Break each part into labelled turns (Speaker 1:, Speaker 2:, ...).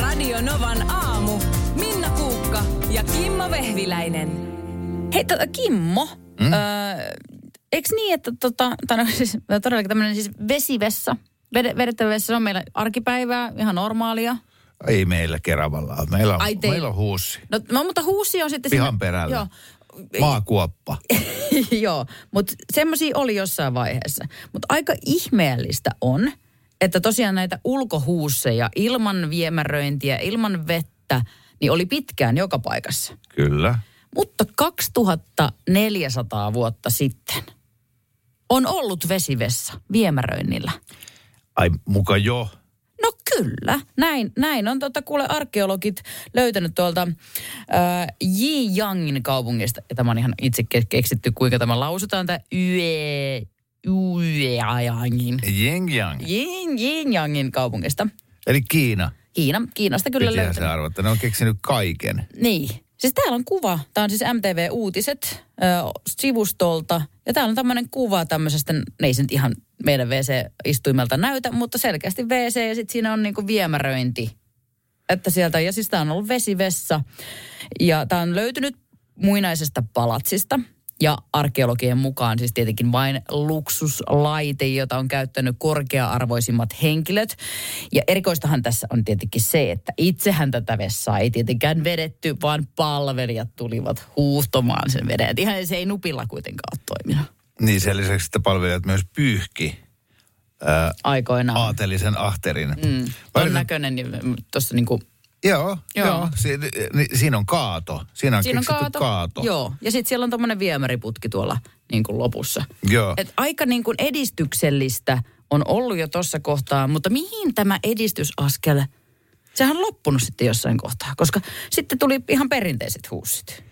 Speaker 1: Radio Novan aamu. Minna Kuukka ja Kimmo Vehviläinen.
Speaker 2: Hei, tota, Kimmo, mm? öö, eikö niin, että tota, tai no, siis, todellakin tämmöinen siis vesivessa, vede, vedettävä vessa, se on meillä arkipäivää, ihan normaalia.
Speaker 3: Ei meillä Keravalla ole. Meillä on,
Speaker 2: Ai teillä-
Speaker 3: meillä on huussi.
Speaker 2: No, no mutta huusi on sitten...
Speaker 3: Pihan
Speaker 2: siinä-
Speaker 3: perällä.
Speaker 2: Joo,
Speaker 3: Maakuoppa.
Speaker 2: Joo, mutta semmoisia oli jossain vaiheessa. Mutta aika ihmeellistä on, että tosiaan näitä ulkohuusseja ilman viemäröintiä, ilman vettä, niin oli pitkään joka paikassa.
Speaker 3: Kyllä.
Speaker 2: Mutta 2400 vuotta sitten on ollut vesivessa viemäröinnillä.
Speaker 3: Ai muka jo.
Speaker 2: No kyllä, näin, näin on tota, kuule arkeologit löytänyt tuolta äh, Jiyangin kaupungista. Ja tämä on ihan itse ke- keksitty, kuinka tämä lausutaan, tämä Yue, Yueyangin.
Speaker 3: Jing Yang.
Speaker 2: Yin, Yiyangin kaupungista.
Speaker 3: Eli Kiina.
Speaker 2: Kiina, Kiinasta kyllä
Speaker 3: Pitihän se
Speaker 2: löytänyt.
Speaker 3: arvata. Ne on keksinyt kaiken.
Speaker 2: Niin. Siis täällä on kuva. Tämä on siis MTV Uutiset ö, sivustolta. Ja täällä on tämmöinen kuva tämmöisestä, ne ei se nyt ihan meidän WC-istuimelta näytä, mutta selkeästi WC ja sitten siinä on niinku viemäröinti. Että sieltä, ja siis tämä on ollut vesivessa. Ja tämä on löytynyt muinaisesta palatsista. Ja arkeologien mukaan siis tietenkin vain luksuslaite, jota on käyttänyt korkea-arvoisimmat henkilöt. Ja erikoistahan tässä on tietenkin se, että itsehän tätä vessaa ei tietenkään vedetty, vaan palvelijat tulivat huuhtomaan sen veden. Et ihan se ei nupilla kuitenkaan ole toiminut
Speaker 3: Niin sen lisäksi, että palvelijat myös pyyhki Ah,
Speaker 2: aikoinaan.
Speaker 3: aatelisen ahterin. Mm.
Speaker 2: Ton näköinen, niin tuossa niinku
Speaker 3: Joo,
Speaker 2: Joo.
Speaker 3: joo. joo. Si- ni- siinä on kaato. Siinä on
Speaker 2: Siinä on
Speaker 3: keksitty
Speaker 2: kaato. Joo, ja sitten siellä on tuommoinen viemäriputki tuolla niin kuin lopussa.
Speaker 3: Joo.
Speaker 2: Et aika niin kuin edistyksellistä on ollut jo tuossa kohtaa, mutta mihin tämä edistysaskel, sehän on loppunut sitten jossain kohtaa, koska sitten tuli ihan perinteiset huussit.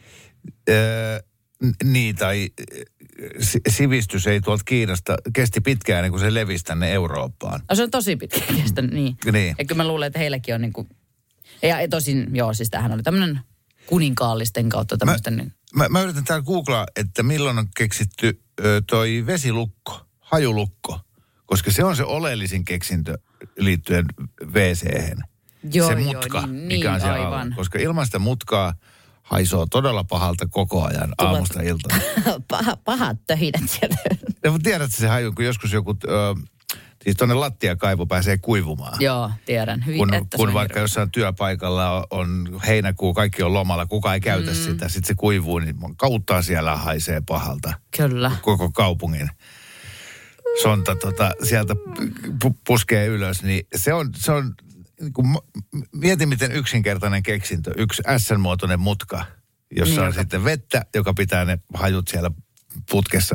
Speaker 3: Öö, n- niin, tai ö, si- sivistys ei tuolta Kiinasta, kesti pitkään ennen kuin se levisi tänne Eurooppaan.
Speaker 2: No se on tosi pitkä kestä, niin.
Speaker 3: Niin.
Speaker 2: Ja kyllä mä luulen, että heilläkin on niin kuin, ja tosin, joo, siis tämähän oli tämmöinen kuninkaallisten kautta tämmöisten, niin,
Speaker 3: Mä, mä yritän täällä googlaa, että milloin on keksitty ö, toi vesilukko, hajulukko, koska se on se oleellisin keksintö liittyen wc
Speaker 2: Joo,
Speaker 3: Se
Speaker 2: joo,
Speaker 3: mutka,
Speaker 2: niin,
Speaker 3: mikä on
Speaker 2: niin,
Speaker 3: siellä alla.
Speaker 2: aivan.
Speaker 3: Koska ilman sitä mutkaa haisoo todella pahalta koko ajan aamusta iltaan.
Speaker 2: paha, pahat töhinät sieltä.
Speaker 3: No, mutta tiedätkö se haju, kun joskus joku, ö, siis tuonne lattiakaivo pääsee kuivumaan.
Speaker 2: joo, tiedän. Hyvin,
Speaker 3: kun,
Speaker 2: että se
Speaker 3: kun
Speaker 2: on
Speaker 3: vaikka jossain työpaikalla on, on heinäkuu, kaikki on lomalla, kukaan ei käytä mm. sitä, sitten se kuivuu, niin kauttaa siellä haisee pahalta
Speaker 2: hirveä. Kyllä.
Speaker 3: koko kaupungin. Sonta tota, sieltä pu- puskee ylös, niin se on, se on niin kuin, mieti miten yksinkertainen keksintö, yksi S-muotoinen mutka, jossa
Speaker 2: Niin,
Speaker 3: niin, on
Speaker 2: joka-
Speaker 3: sitten vettä, joka pitää ne hajut siellä putkessa.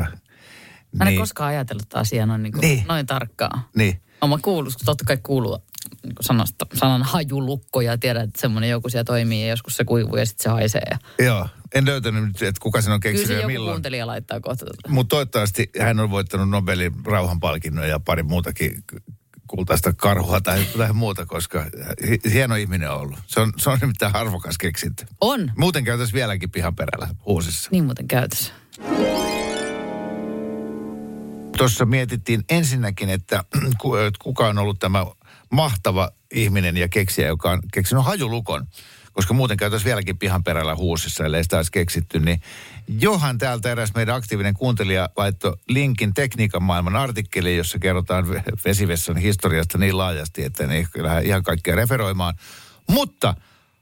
Speaker 2: Mä en niin. koskaan ajatellut, että asia on niin kuin niin.
Speaker 3: Niin.
Speaker 2: noin tarkkaa.
Speaker 3: niin,
Speaker 2: Olen mä kuullut, kun totta kai kuuluu niin kuin sanasta, sanan hajulukko ja tiedän, että semmoinen joku siellä toimii ja joskus se kuivuu ja sitten se haisee. Ja
Speaker 3: joo. En löytänyt nyt, että kuka sen on
Speaker 2: kyllä
Speaker 3: keksinyt
Speaker 2: se
Speaker 3: ja
Speaker 2: joku
Speaker 3: milloin.
Speaker 2: kuuntelija laittaa kohta. tota. tätä.
Speaker 3: Mutta toivottavasti hän on voittanut Nobelin rauhanpalkinnon ja pari muutakin k- kultaista karhua tai, tai muuta, koska hi- hieno ihminen on ollut. Se on, se on nimittäin arvokas keksintö.
Speaker 2: On.
Speaker 3: Muuten käytäisiin vieläkin pihan perällä huusissa.
Speaker 2: Niin muuten käytössä.
Speaker 3: Tuossa mietittiin ensinnäkin, että ku- että kuka on ollut tämä mahtava ihminen ja keksijä, joka on keksinyt hajulukon. Koska muuten käytäisiin vieläkin pihan perällä huusissa, ellei sitä olisi keksitty. Niin Johan täältä eräs meidän aktiivinen kuuntelija laittoi linkin tekniikan maailman artikkeliin, jossa kerrotaan ve- vesivessan historiasta niin laajasti, että en ehkä lähde ihan kaikkea referoimaan. Mutta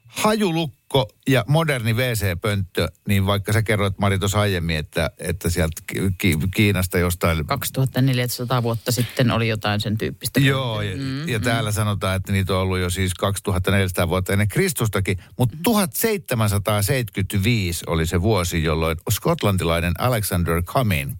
Speaker 3: hajulukko ja moderni WC-pönttö, niin vaikka sä kerroit Mari tuossa aiemmin, että, että sieltä Ki- Ki- Kiinasta jostain
Speaker 2: 2400 vuotta sitten oli jotain sen tyyppistä.
Speaker 3: Joo, ja, mm, ja täällä sanotaan, että niitä on ollut jo siis 2400 vuotta ennen Kristustakin, mutta 1775 oli se vuosi, jolloin skotlantilainen Alexander Cumming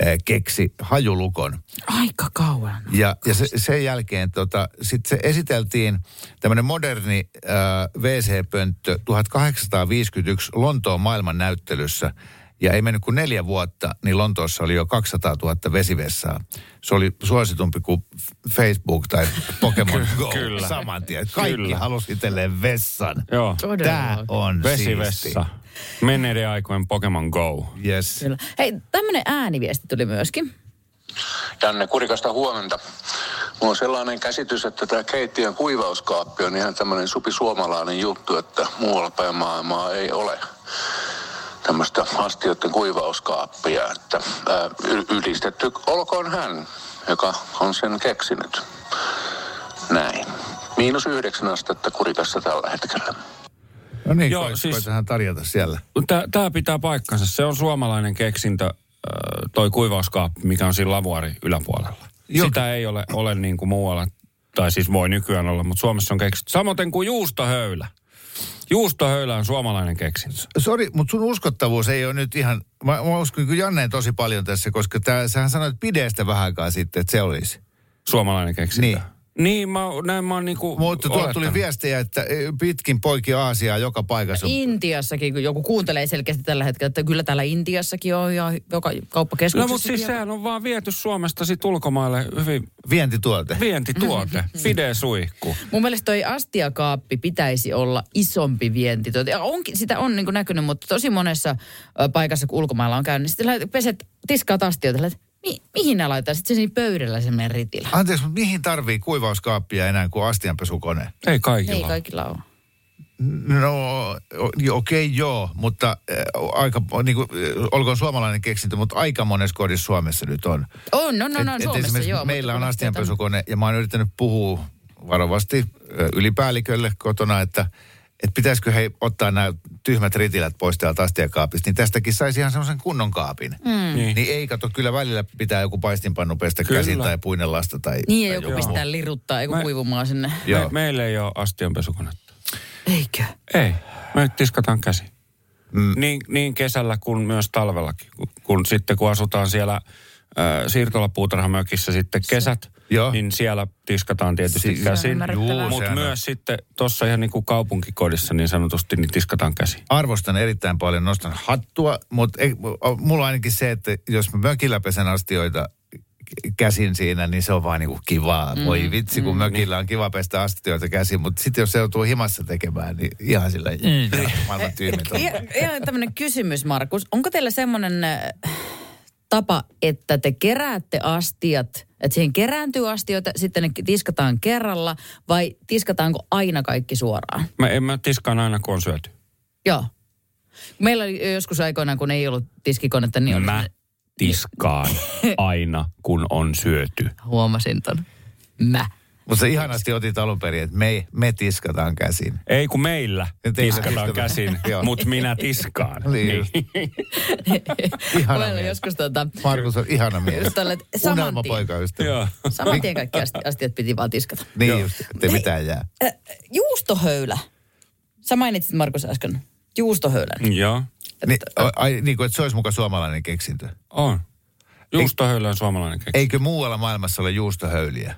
Speaker 3: eh, keksi hajulukon.
Speaker 2: Aika kauan.
Speaker 3: Ja, ja se, sen jälkeen tota, sit se esiteltiin tämmöinen moderni äh, WC-pönttö 1851 Lontoon maailmannäyttelyssä. Ja ei mennyt kuin neljä vuotta, niin Lontoossa oli jo 200 000 vesivessaa. Se oli suositumpi kuin F- Facebook tai Pokemon Go
Speaker 4: kyllä.
Speaker 3: saman tien. Kaikki
Speaker 4: Kyllä.
Speaker 3: halusi itselleen vessan.
Speaker 4: Joo.
Speaker 3: Tämä on
Speaker 4: Vesivessa. Menneiden aikojen Pokemon Go.
Speaker 3: siisti. Yes.
Speaker 2: Kyllä. Hei, tämmöinen ääniviesti tuli myöskin.
Speaker 5: Janne Kurikasta huomenta. Mulla on sellainen käsitys, että tämä keittiön kuivauskaappi on ihan tämmöinen supisuomalainen juttu, että muualla päin maailmaa ei ole tämmöistä astioiden kuivauskaappia, että ää, y- ylistetty olkoon hän, joka on sen keksinyt. Näin. Miinus yhdeksän astetta kurikassa tällä hetkellä.
Speaker 3: No niin, Joo,
Speaker 4: Joo,
Speaker 3: koit, siis...
Speaker 4: siis-
Speaker 3: koitahan tarjota siellä.
Speaker 4: Tämä pitää paikkansa. Se on suomalainen keksintö, äh, toi kuivauskaappi, mikä on siinä lavuari yläpuolella.
Speaker 3: Joo.
Speaker 4: Joka. Sitä ei ole, ole niin kuin muualla, tai siis voi nykyään olla, mutta Suomessa on keksitty. Samoin kuin juustohöylä. Juustohöylä on suomalainen keksintö.
Speaker 3: Sori, mutta sun uskottavuus ei ole nyt ihan... Mä, mä uskon kyllä Janneen tosi paljon tässä, koska tää, sähän sanoit pideestä vähän aikaa sitten, että se olisi.
Speaker 4: Suomalainen keksintö.
Speaker 3: Niin.
Speaker 4: Niin, mä, näin mä oon niinku
Speaker 3: Mutta tuolla tuli
Speaker 4: olettanut.
Speaker 3: viestejä, että eh, pitkin poikia Aasiaa joka paikassa on
Speaker 2: Intiassakin, kun joku kuuntelee selkeästi tällä hetkellä, että kyllä täällä Intiassakin on ja joka
Speaker 4: No
Speaker 2: kauppakeskuksessa.
Speaker 4: mutta siis sehän on vaan viety Suomesta sit ulkomaille hyvin
Speaker 3: vientituote.
Speaker 4: vientituote, fide suihku.
Speaker 2: Mun mielestä toi astiakaappi pitäisi olla isompi vienti. Onkin, sitä on niin näkynyt, mutta tosi monessa ö, paikassa, kun ulkomailla on käynyt, niin sitten laitat- peset, tiskaat astioita, laitat, mi, mihin nämä laittaa? Sitten se siinä pöydällä semmoinen ritilä.
Speaker 3: Anteeksi, mutta mihin tarvii kuivauskaappia enää kuin astianpesukone?
Speaker 4: Ei
Speaker 2: Ei
Speaker 4: kaikilla. ole.
Speaker 2: kaikilla ole.
Speaker 3: No o- okei okay, joo, mutta äh, aika, niin kuin, äh, olkoon suomalainen keksintö, mutta aika monessa kodissa Suomessa nyt on.
Speaker 2: On, no, no, no,
Speaker 3: Et- et
Speaker 2: Suomessa
Speaker 3: esimerkiksi
Speaker 2: joo.
Speaker 3: Meillä
Speaker 2: mutta
Speaker 3: on
Speaker 2: kun
Speaker 3: astianpesukone ja mä oon yrittänyt puhua varovasti ö, ylipäällikölle kotona, että että pitäisikö hei ottaa nämä tyhmät ritilät pois täältä astiakaapista, niin tästäkin saisi ihan semmoisen kunnon kaapin. Mm. Niin.
Speaker 4: Niin.
Speaker 3: niin ei kato, kyllä välillä pitää joku paistinpannu pestä
Speaker 4: Kyllä.
Speaker 3: käsin tai puinelasta tai...
Speaker 2: Niin, ja
Speaker 3: tai
Speaker 2: joku pistää liruttaa, joku
Speaker 4: Mä-
Speaker 2: kuivumaan sinne.
Speaker 3: Joo.
Speaker 4: Me, meillä ei ole astianpesukonetta.
Speaker 2: Eikö?
Speaker 4: Ei, me nyt tiskataan käsi. Mm. Niin, niin kesällä kuin myös talvellakin. Kun, kun sitten kun asutaan siellä äh, siirtolapuutarhamökissä sitten kesät,
Speaker 3: Joo.
Speaker 4: niin siellä tiskataan tietysti
Speaker 3: Si-
Speaker 4: si-
Speaker 3: Se on
Speaker 4: käsin.
Speaker 3: ymmärrettävää. Juu,
Speaker 4: Mutta
Speaker 3: sehän on.
Speaker 4: myös sitten tuossa ihan niin kuin kaupunkikodissa niin sanotusti, niin tiskataan käsi.
Speaker 3: arvostan erittäin paljon, nostan hattua, mutta ei, mulla on ainakin se, että jos mä mökillä pesen astioita k- käsin siinä, niin se on vaan niinku kivaa.
Speaker 2: Mm-hmm.
Speaker 3: Mm, Voi vitsi, kun mm, mökillä on kiva pestä astioita käsin, mutta sitten jos se joutuu himassa tekemään, niin ihan sillä mm. maailman tyhmintä.
Speaker 2: Ihan- Ihan tämmöinen kysymys, Markus. Onko teillä semmoinen äh, tapa, että te keräätte astiat, että siihen kerääntyy astioita, sitten ne tiskataan kerralla, vai tiskataanko aina kaikki suoraan?
Speaker 4: Mä, en mä tiskaan aina, kun on syöty.
Speaker 2: Joo. Meillä oli joskus aikoinaan, kun ei ollut tiskikonetta, niin oli.
Speaker 4: Mä tiskaan aina, kun on syöty.
Speaker 2: huomasin ton. Mä.
Speaker 3: Mutta se ihanasti otit alun perin, että me, me tiskataan käsin.
Speaker 4: Ei kun meillä
Speaker 3: Ja teillä
Speaker 4: tiskataan
Speaker 3: tiskataan.
Speaker 4: käsin,
Speaker 3: Joo.
Speaker 4: mutta minä tiskaan.
Speaker 3: Niin. Ihana
Speaker 2: Meillä oli
Speaker 3: mies.
Speaker 2: joskus tota,
Speaker 3: Markus on ihana mies.
Speaker 2: just tolle, että saman tien,
Speaker 3: Unelmapoikaystävä.
Speaker 4: Joo.
Speaker 2: saman tien kaikki asti- astiat piti vaan tiskata.
Speaker 3: Niin just, ettei mitään jää.
Speaker 2: Äh, juustohöylä. Sä mainitsit Markus äsken juustohöylän.
Speaker 4: Joo,
Speaker 3: Niin, ai, niin kuin, että se olisi muka suomalainen keksintö.
Speaker 4: on. Juustohöylä on suomalainen keksintö.
Speaker 3: Eikö muualla maailmassa ole juustohöyliä?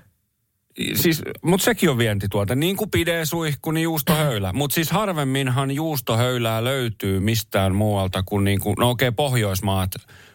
Speaker 4: Siis, mutta sekin on vientituote. Niin kuin pidee suihku, niin juustohöylä. Mutta siis harvemminhan juustohöylää löytyy mistään muualta kuin, niin kuin no okei, okay, Pohjoismaat,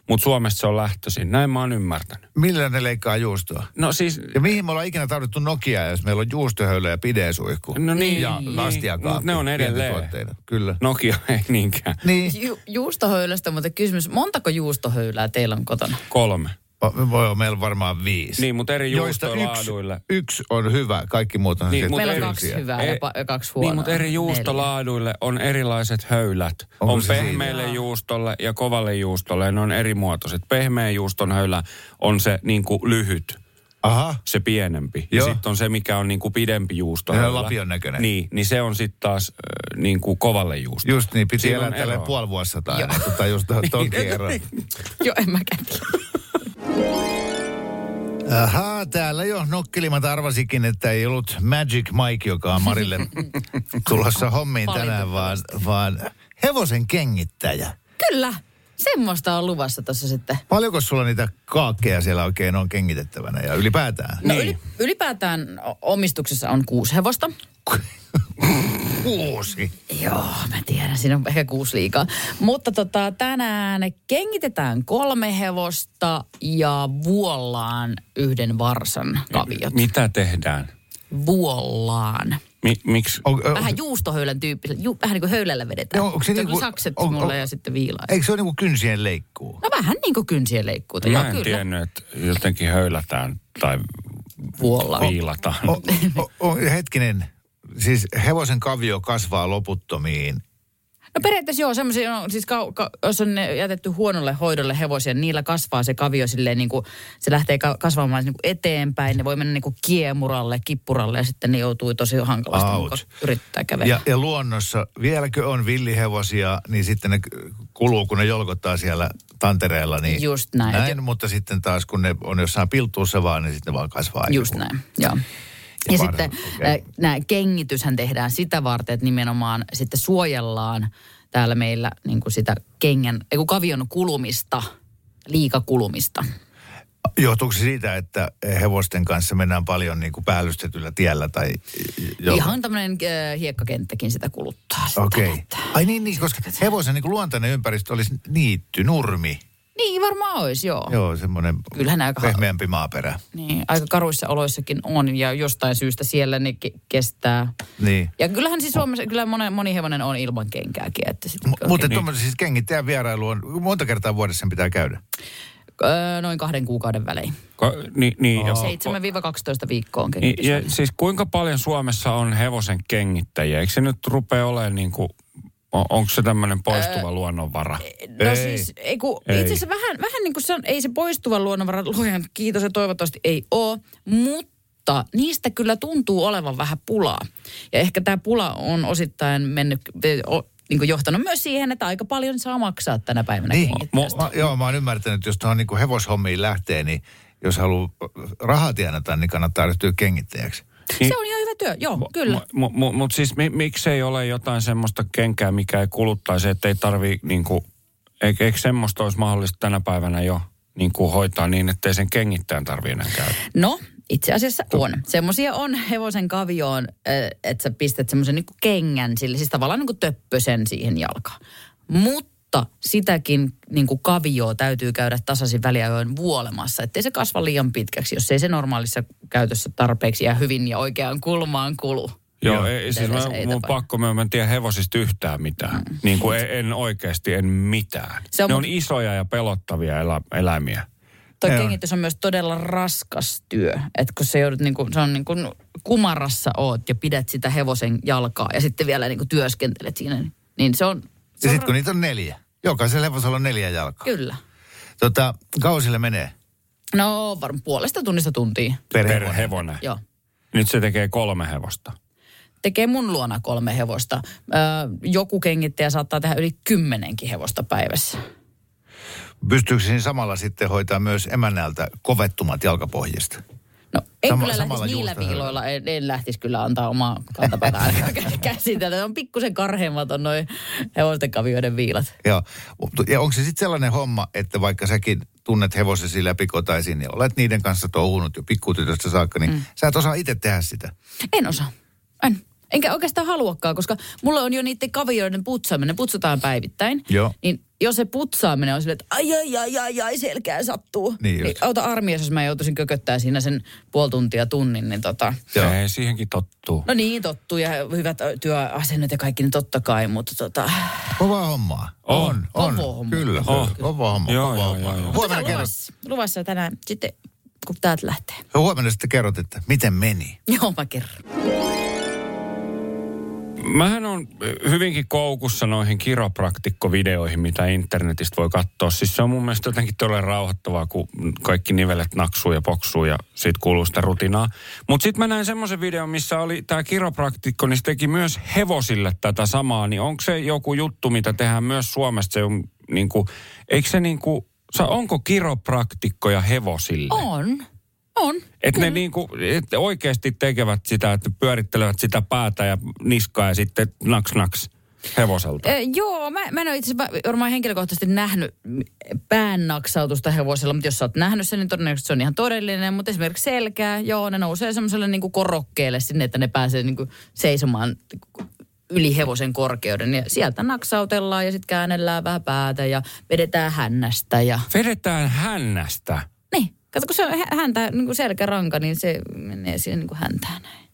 Speaker 4: mutta Suomesta se on lähtöisin. Näin mä oon ymmärtänyt.
Speaker 3: Millä ne leikkaa juustoa?
Speaker 4: No siis,
Speaker 3: Ja mihin me ollaan ikinä tarvittu Nokiaa, jos meillä on juustohöylä ja pidesuihku?
Speaker 4: no niin.
Speaker 3: Ja
Speaker 4: niin,
Speaker 3: lastiakaappi.
Speaker 4: mut Ne on edelleen.
Speaker 3: vientituotteina. Kyllä.
Speaker 4: Nokia ei niinkään.
Speaker 3: Niin.
Speaker 2: Ju- juustohöylästä mutta kysymys, montako juustohöylää teillä on kotona?
Speaker 4: Kolme.
Speaker 3: O- Voi olla meillä varmaan viisi.
Speaker 4: Niin, mut eri
Speaker 3: Joista
Speaker 4: juustolaaduille.
Speaker 3: Yksi, yksi on hyvä, kaikki muut on siis
Speaker 4: Niin,
Speaker 3: sitten
Speaker 4: mut
Speaker 2: Meillä on
Speaker 4: eri-
Speaker 2: kaksi
Speaker 3: tylsiä.
Speaker 2: hyvää ja
Speaker 4: Ei-
Speaker 2: pa- ja kaksi huonoa.
Speaker 4: Niin, mutta eri juustolaaduille on erilaiset höylät.
Speaker 3: Onko
Speaker 4: Onko on
Speaker 3: se siinä?
Speaker 4: pehmeälle juustolle ja kovalle juustolle, ja ne on eri muotoiset. Pehmeän juuston höylä on se niin kuin lyhyt,
Speaker 3: Aha.
Speaker 4: se pienempi.
Speaker 3: Joo.
Speaker 4: Ja sitten on se, mikä on niin kuin pidempi juusto.
Speaker 3: Ja ne on lapion näköinen.
Speaker 4: Niin, niin se on sitten taas äh, niin kuin kovalle juusto.
Speaker 3: Just niin, piti
Speaker 4: Siinä
Speaker 3: elää
Speaker 4: on
Speaker 3: tällä
Speaker 4: eroa.
Speaker 3: puoli vuosisataa ennen kuin tajus
Speaker 4: Niin,
Speaker 3: ton kerran.
Speaker 2: Joo, en mäkään tiedä.
Speaker 3: Ahaa, täällä jo nokkelimat arvasikin, että ei ollut Magic Mike, joka on Marille tulossa hommiin tänään, vaan, vaan hevosen kengittäjä.
Speaker 2: Kyllä, semmoista on luvassa tuossa sitten.
Speaker 3: Paljonko sulla niitä kaakkeja siellä oikein on kengitettävänä ja ylipäätään?
Speaker 2: No
Speaker 4: Niin.
Speaker 2: yli, ylipäätään o- omistuksessa on kuusi hevosta.
Speaker 3: Kuusi.
Speaker 2: Joo, mä tiedän, siinä on ehkä kuusi liikaa. Mutta tota, tänään kengitetään kolme hevosta ja vuollaan yhden varsan kaviot.
Speaker 4: Mitä tehdään?
Speaker 2: Vuollaan.
Speaker 4: Mi- miksi?
Speaker 3: On, ö,
Speaker 2: Vähän juustohöylän tyyppisellä, ju, vähän niin kuin höylällä vedetään.
Speaker 3: Joo, onko se
Speaker 2: on
Speaker 3: niinku-
Speaker 2: kuin sakset
Speaker 3: on-
Speaker 2: mulle
Speaker 3: on-
Speaker 2: ja sitten viilaa.
Speaker 3: eikö se ole niinku kynsien leikkuu?
Speaker 2: No vähän niin kuin kynsien leikkuuta.
Speaker 4: Mä
Speaker 2: joo,
Speaker 4: en
Speaker 2: kyllä.
Speaker 4: tiennyt, että jotenkin höylätään tai
Speaker 2: vuolla.
Speaker 4: viilataan.
Speaker 3: O, o, o, hetkinen, siis hevosen kavio kasvaa loputtomiin.
Speaker 2: No periaatteessa joo, semmoisia, no, siis ka, ka, jos on ne jätetty huonolle hoidolle hevosia, niin niillä kasvaa se kavio silleen niin kuin, se lähtee ka- kasvamaan niin kuin eteenpäin. Ne voi mennä niin kuin kiemuralle, kippuralle ja sitten ne joutuu tosi hankalasti
Speaker 3: Ouch.
Speaker 2: niin yrittää kävellä.
Speaker 3: Ja, ja luonnossa, vieläkö on villihevosia, niin sitten ne kuluu, kun ne jolkottaa siellä tantereella. Niin
Speaker 2: Just näin.
Speaker 3: näin. Mutta sitten taas, kun ne on jossain piltuussa vaan, niin sitten ne vaan kasvaa.
Speaker 2: Just
Speaker 3: Niin kuin-
Speaker 2: näin, joo. Ja, ja
Speaker 3: varhain,
Speaker 2: sitten
Speaker 3: okei.
Speaker 2: okay. nämä kengityshän tehdään sitä varten, että nimenomaan sitten suojellaan täällä meillä niin kuin sitä kengän, ei kun kavion kulumista, liikakulumista.
Speaker 3: Johtuuko se siitä, että hevosten kanssa mennään paljon niin kuin päällystetyllä tiellä? Tai
Speaker 2: Joo.
Speaker 3: jollain-
Speaker 2: Ihan tämmöinen äh, hiekkakenttäkin sitä kuluttaa. sitä,
Speaker 3: Okei. Okay.
Speaker 2: että-
Speaker 3: Ai niin, niin, koska hevosen niin kuin luontainen ympäristö olisi niitty, nurmi.
Speaker 2: Niin varmaan olisi, joo. joo.
Speaker 3: Joo, semmoinen
Speaker 2: Kyllähän aika-
Speaker 3: pehmeämpi maaperä.
Speaker 2: Niin, aika karuissa oloissakin on ja jostain syystä siellä ne ke- kestää.
Speaker 3: Niin.
Speaker 2: Ja kyllähän siis Suomessa, kyllä moni, moni hevonen on ilman kenkääkin. Että sit,
Speaker 3: M- mutta tuommoisen siis kengittäjän vierailu on, monta kertaa vuodessa sen pitää käydä.
Speaker 2: öö, noin kahden kuukauden välein.
Speaker 4: Ko, niin, niin,
Speaker 3: Oh.
Speaker 4: ja,
Speaker 2: 7-12 viikkoa on
Speaker 4: niin,
Speaker 2: kengitys.
Speaker 4: ja, siis kuinka paljon Suomessa on hevosen kengittäjiä? Eikö se nyt rupea olemaan niin kuin, on, onko se tämmöinen poistuva luonnonvara?
Speaker 2: No
Speaker 3: Ei.
Speaker 2: ei. siis, ei kun,
Speaker 4: Ei.
Speaker 2: itse asiassa vähän, vähän niin kuin se on, ei se poistuva luonnonvara, luojan kiitos ja toivottavasti ei ole, mutta niistä kyllä tuntuu olevan vähän pulaa. Ja ehkä tämä pula on osittain mennyt, niin kuin johtanut myös siihen, että aika paljon saa maksaa tänä päivänä.
Speaker 3: Niin,
Speaker 2: kengit.
Speaker 4: Mo-
Speaker 3: mä, joo, mä oon ymmärtänyt, että jos tuohon niin hevoshommiin lähtee, niin jos haluaa rahaa tienata, niin kannattaa ryhtyä kengittäjäksi.
Speaker 4: Niin.
Speaker 2: Se on ihan hyvä työ, joo, kyllä.
Speaker 4: Mutta mu, mut siis mi, miksei ole jotain semmoista kenkää, mikä ei kuluttaisi, että ei tarvii niin kuin, eikö, eikö semmoista olisi mahdollista tänä päivänä jo niin kuin hoitaa niin, ettei sen kengittäjän tarvii enää käydä?
Speaker 2: No, itse asiassa on. Semmoisia on hevosen kavioon, ö, että sä pistät semmoisen niinku kengän, sille, siis tavallaan niinku töppösen siihen jalkaan. Mutta sitäkin niinku kavioa täytyy käydä tasaisin väliajoin vuolemassa, ettei se kasva liian pitkäksi, jos ei se normaalissa käytössä tarpeeksi ja hyvin ja oikeaan kulmaan kulu.
Speaker 4: Joo, joo ei, siis mä,
Speaker 2: Tätä se ei
Speaker 4: mun on
Speaker 2: tapahdu.
Speaker 4: pakko myöntää, mä en tiedä hevosista yhtään mitään. Mm. Niin kuin en, en oikeasti, en mitään.
Speaker 2: Se on
Speaker 4: ne
Speaker 2: mut-
Speaker 4: on isoja ja pelottavia elä, eläimiä.
Speaker 2: Toi
Speaker 3: Joo.
Speaker 2: kengitys on myös todella raskas työ, että kun sä joudut niinku, se on niinku kumarassa oot ja pidät sitä hevosen jalkaa ja sitten vielä niinku työskentelet siinä, niin- niin se on... Se
Speaker 3: Ja
Speaker 2: on
Speaker 3: sitten kun niitä on neljä. Jokaisella hevosella on neljä jalkaa.
Speaker 2: Kyllä.
Speaker 3: Tota, kausille menee
Speaker 2: No varmaan puolesta tunnista tuntia.
Speaker 3: per,
Speaker 4: Per
Speaker 3: hevonen.
Speaker 4: hevonen.
Speaker 2: Joo.
Speaker 4: Nyt se tekee kolme hevosta.
Speaker 2: Tekee mun luona kolme hevosta. Öö, joku kengittäjä saattaa tehdä yli kymmenenkin hevosta päivässä.
Speaker 3: Pystyykö siinä samalla sitten hoitaa myös emännältä kovettumat jalkapohjista?
Speaker 2: No en
Speaker 3: Sama-
Speaker 2: kyllä
Speaker 3: samalla
Speaker 2: lähtisi niillä
Speaker 3: juustohöylä.
Speaker 2: viiloilla, en, en lähtisi kyllä antaa omaa kantapäätä ainakaan käsitellä. Ne on pikkusen karheimmat on noin hevosten kavioiden viilat.
Speaker 3: Joo. Mut- Ja onko se sitten sellainen homma, että vaikka säkin tunnet hevosesi läpikotaisin ja olet niiden kanssa touhunut jo pikkutytöstä saakka, niin mm. sä et osaa itse tehdä sitä.
Speaker 2: En osaa. En. Enkä oikeastaan haluakaan, koska mulla on jo niiden kavioiden putsaaminen. Ne putsataan päivittäin.
Speaker 3: Joo.
Speaker 2: Niin jos se putsaaminen on silleen, että ai, ai, ai, ai, ai selkää sattuu.
Speaker 3: Niin just.
Speaker 2: auta armias, jos mä joutuisin kököttää siinä sen puoli tuntia tunnin, niin tota...
Speaker 3: Joo.
Speaker 4: Se ei siihenkin tottuu.
Speaker 2: No niin, tottuu ja hyvät ö, työasennot ja kaikki, niin totta kai, mutta tota...
Speaker 3: Kova hommaa.
Speaker 4: On.
Speaker 3: On, on.
Speaker 2: Kova homma.
Speaker 3: Kyllä,
Speaker 4: On.
Speaker 3: kova homma.
Speaker 4: Joo,
Speaker 3: kova
Speaker 4: joo,
Speaker 3: homma.
Speaker 4: joo, joo.
Speaker 3: Huomenna,
Speaker 2: Tota
Speaker 3: kerrot,
Speaker 2: luvassa, luvassa tänään sitten, kun täältä lähtee.
Speaker 3: huomenna sitten kerrot, että miten meni.
Speaker 2: Joo, mä kerron.
Speaker 4: Mähän on hyvinkin koukussa noihin kiropraktikkovideoihin, mitä internetistä voi katsoa. Siis se on mun mielestä jotenkin todella rauhoittavaa, kun kaikki nivelet naksuu ja poksuu ja sit kuuluu sitä rutinaa. Mutta sitten mä näin semmoisen videon, missä oli tämä kiropraktikko, niin se teki myös hevosille tätä samaa. Niin onko se joku juttu, mitä tehdään myös Suomessa? Se on niinku, eikö se niinku, sa- onko kiropraktikkoja hevosille?
Speaker 2: On, on.
Speaker 4: Että ne niinku, et oikeasti tekevät sitä, että pyörittelevät sitä päätä ja niskaa ja sitten naks naks hevoselta.
Speaker 2: Eh, joo, mä, mä en ole itse asiassa va- varmaan henkilökohtaisesti nähnyt mm, pään naksautusta hevosella, mutta jos sä oot nähnyt sen, niin todennäköisesti se on ihan todellinen. Mutta esimerkiksi selkää, joo, ne nousee semmoiselle niinku korokkeelle sinne, että ne pääsee niinku seisomaan niinku yli hevosen korkeuden. Ja sieltä naksautellaan ja sitten käännellään vähän päätä ja vedetään hännästä. Ja...
Speaker 4: Vedetään hännästä.
Speaker 2: Niin, kato kun se on hä- häntä, niinku selkäranka, niin se menee sinne niinku häntään näin.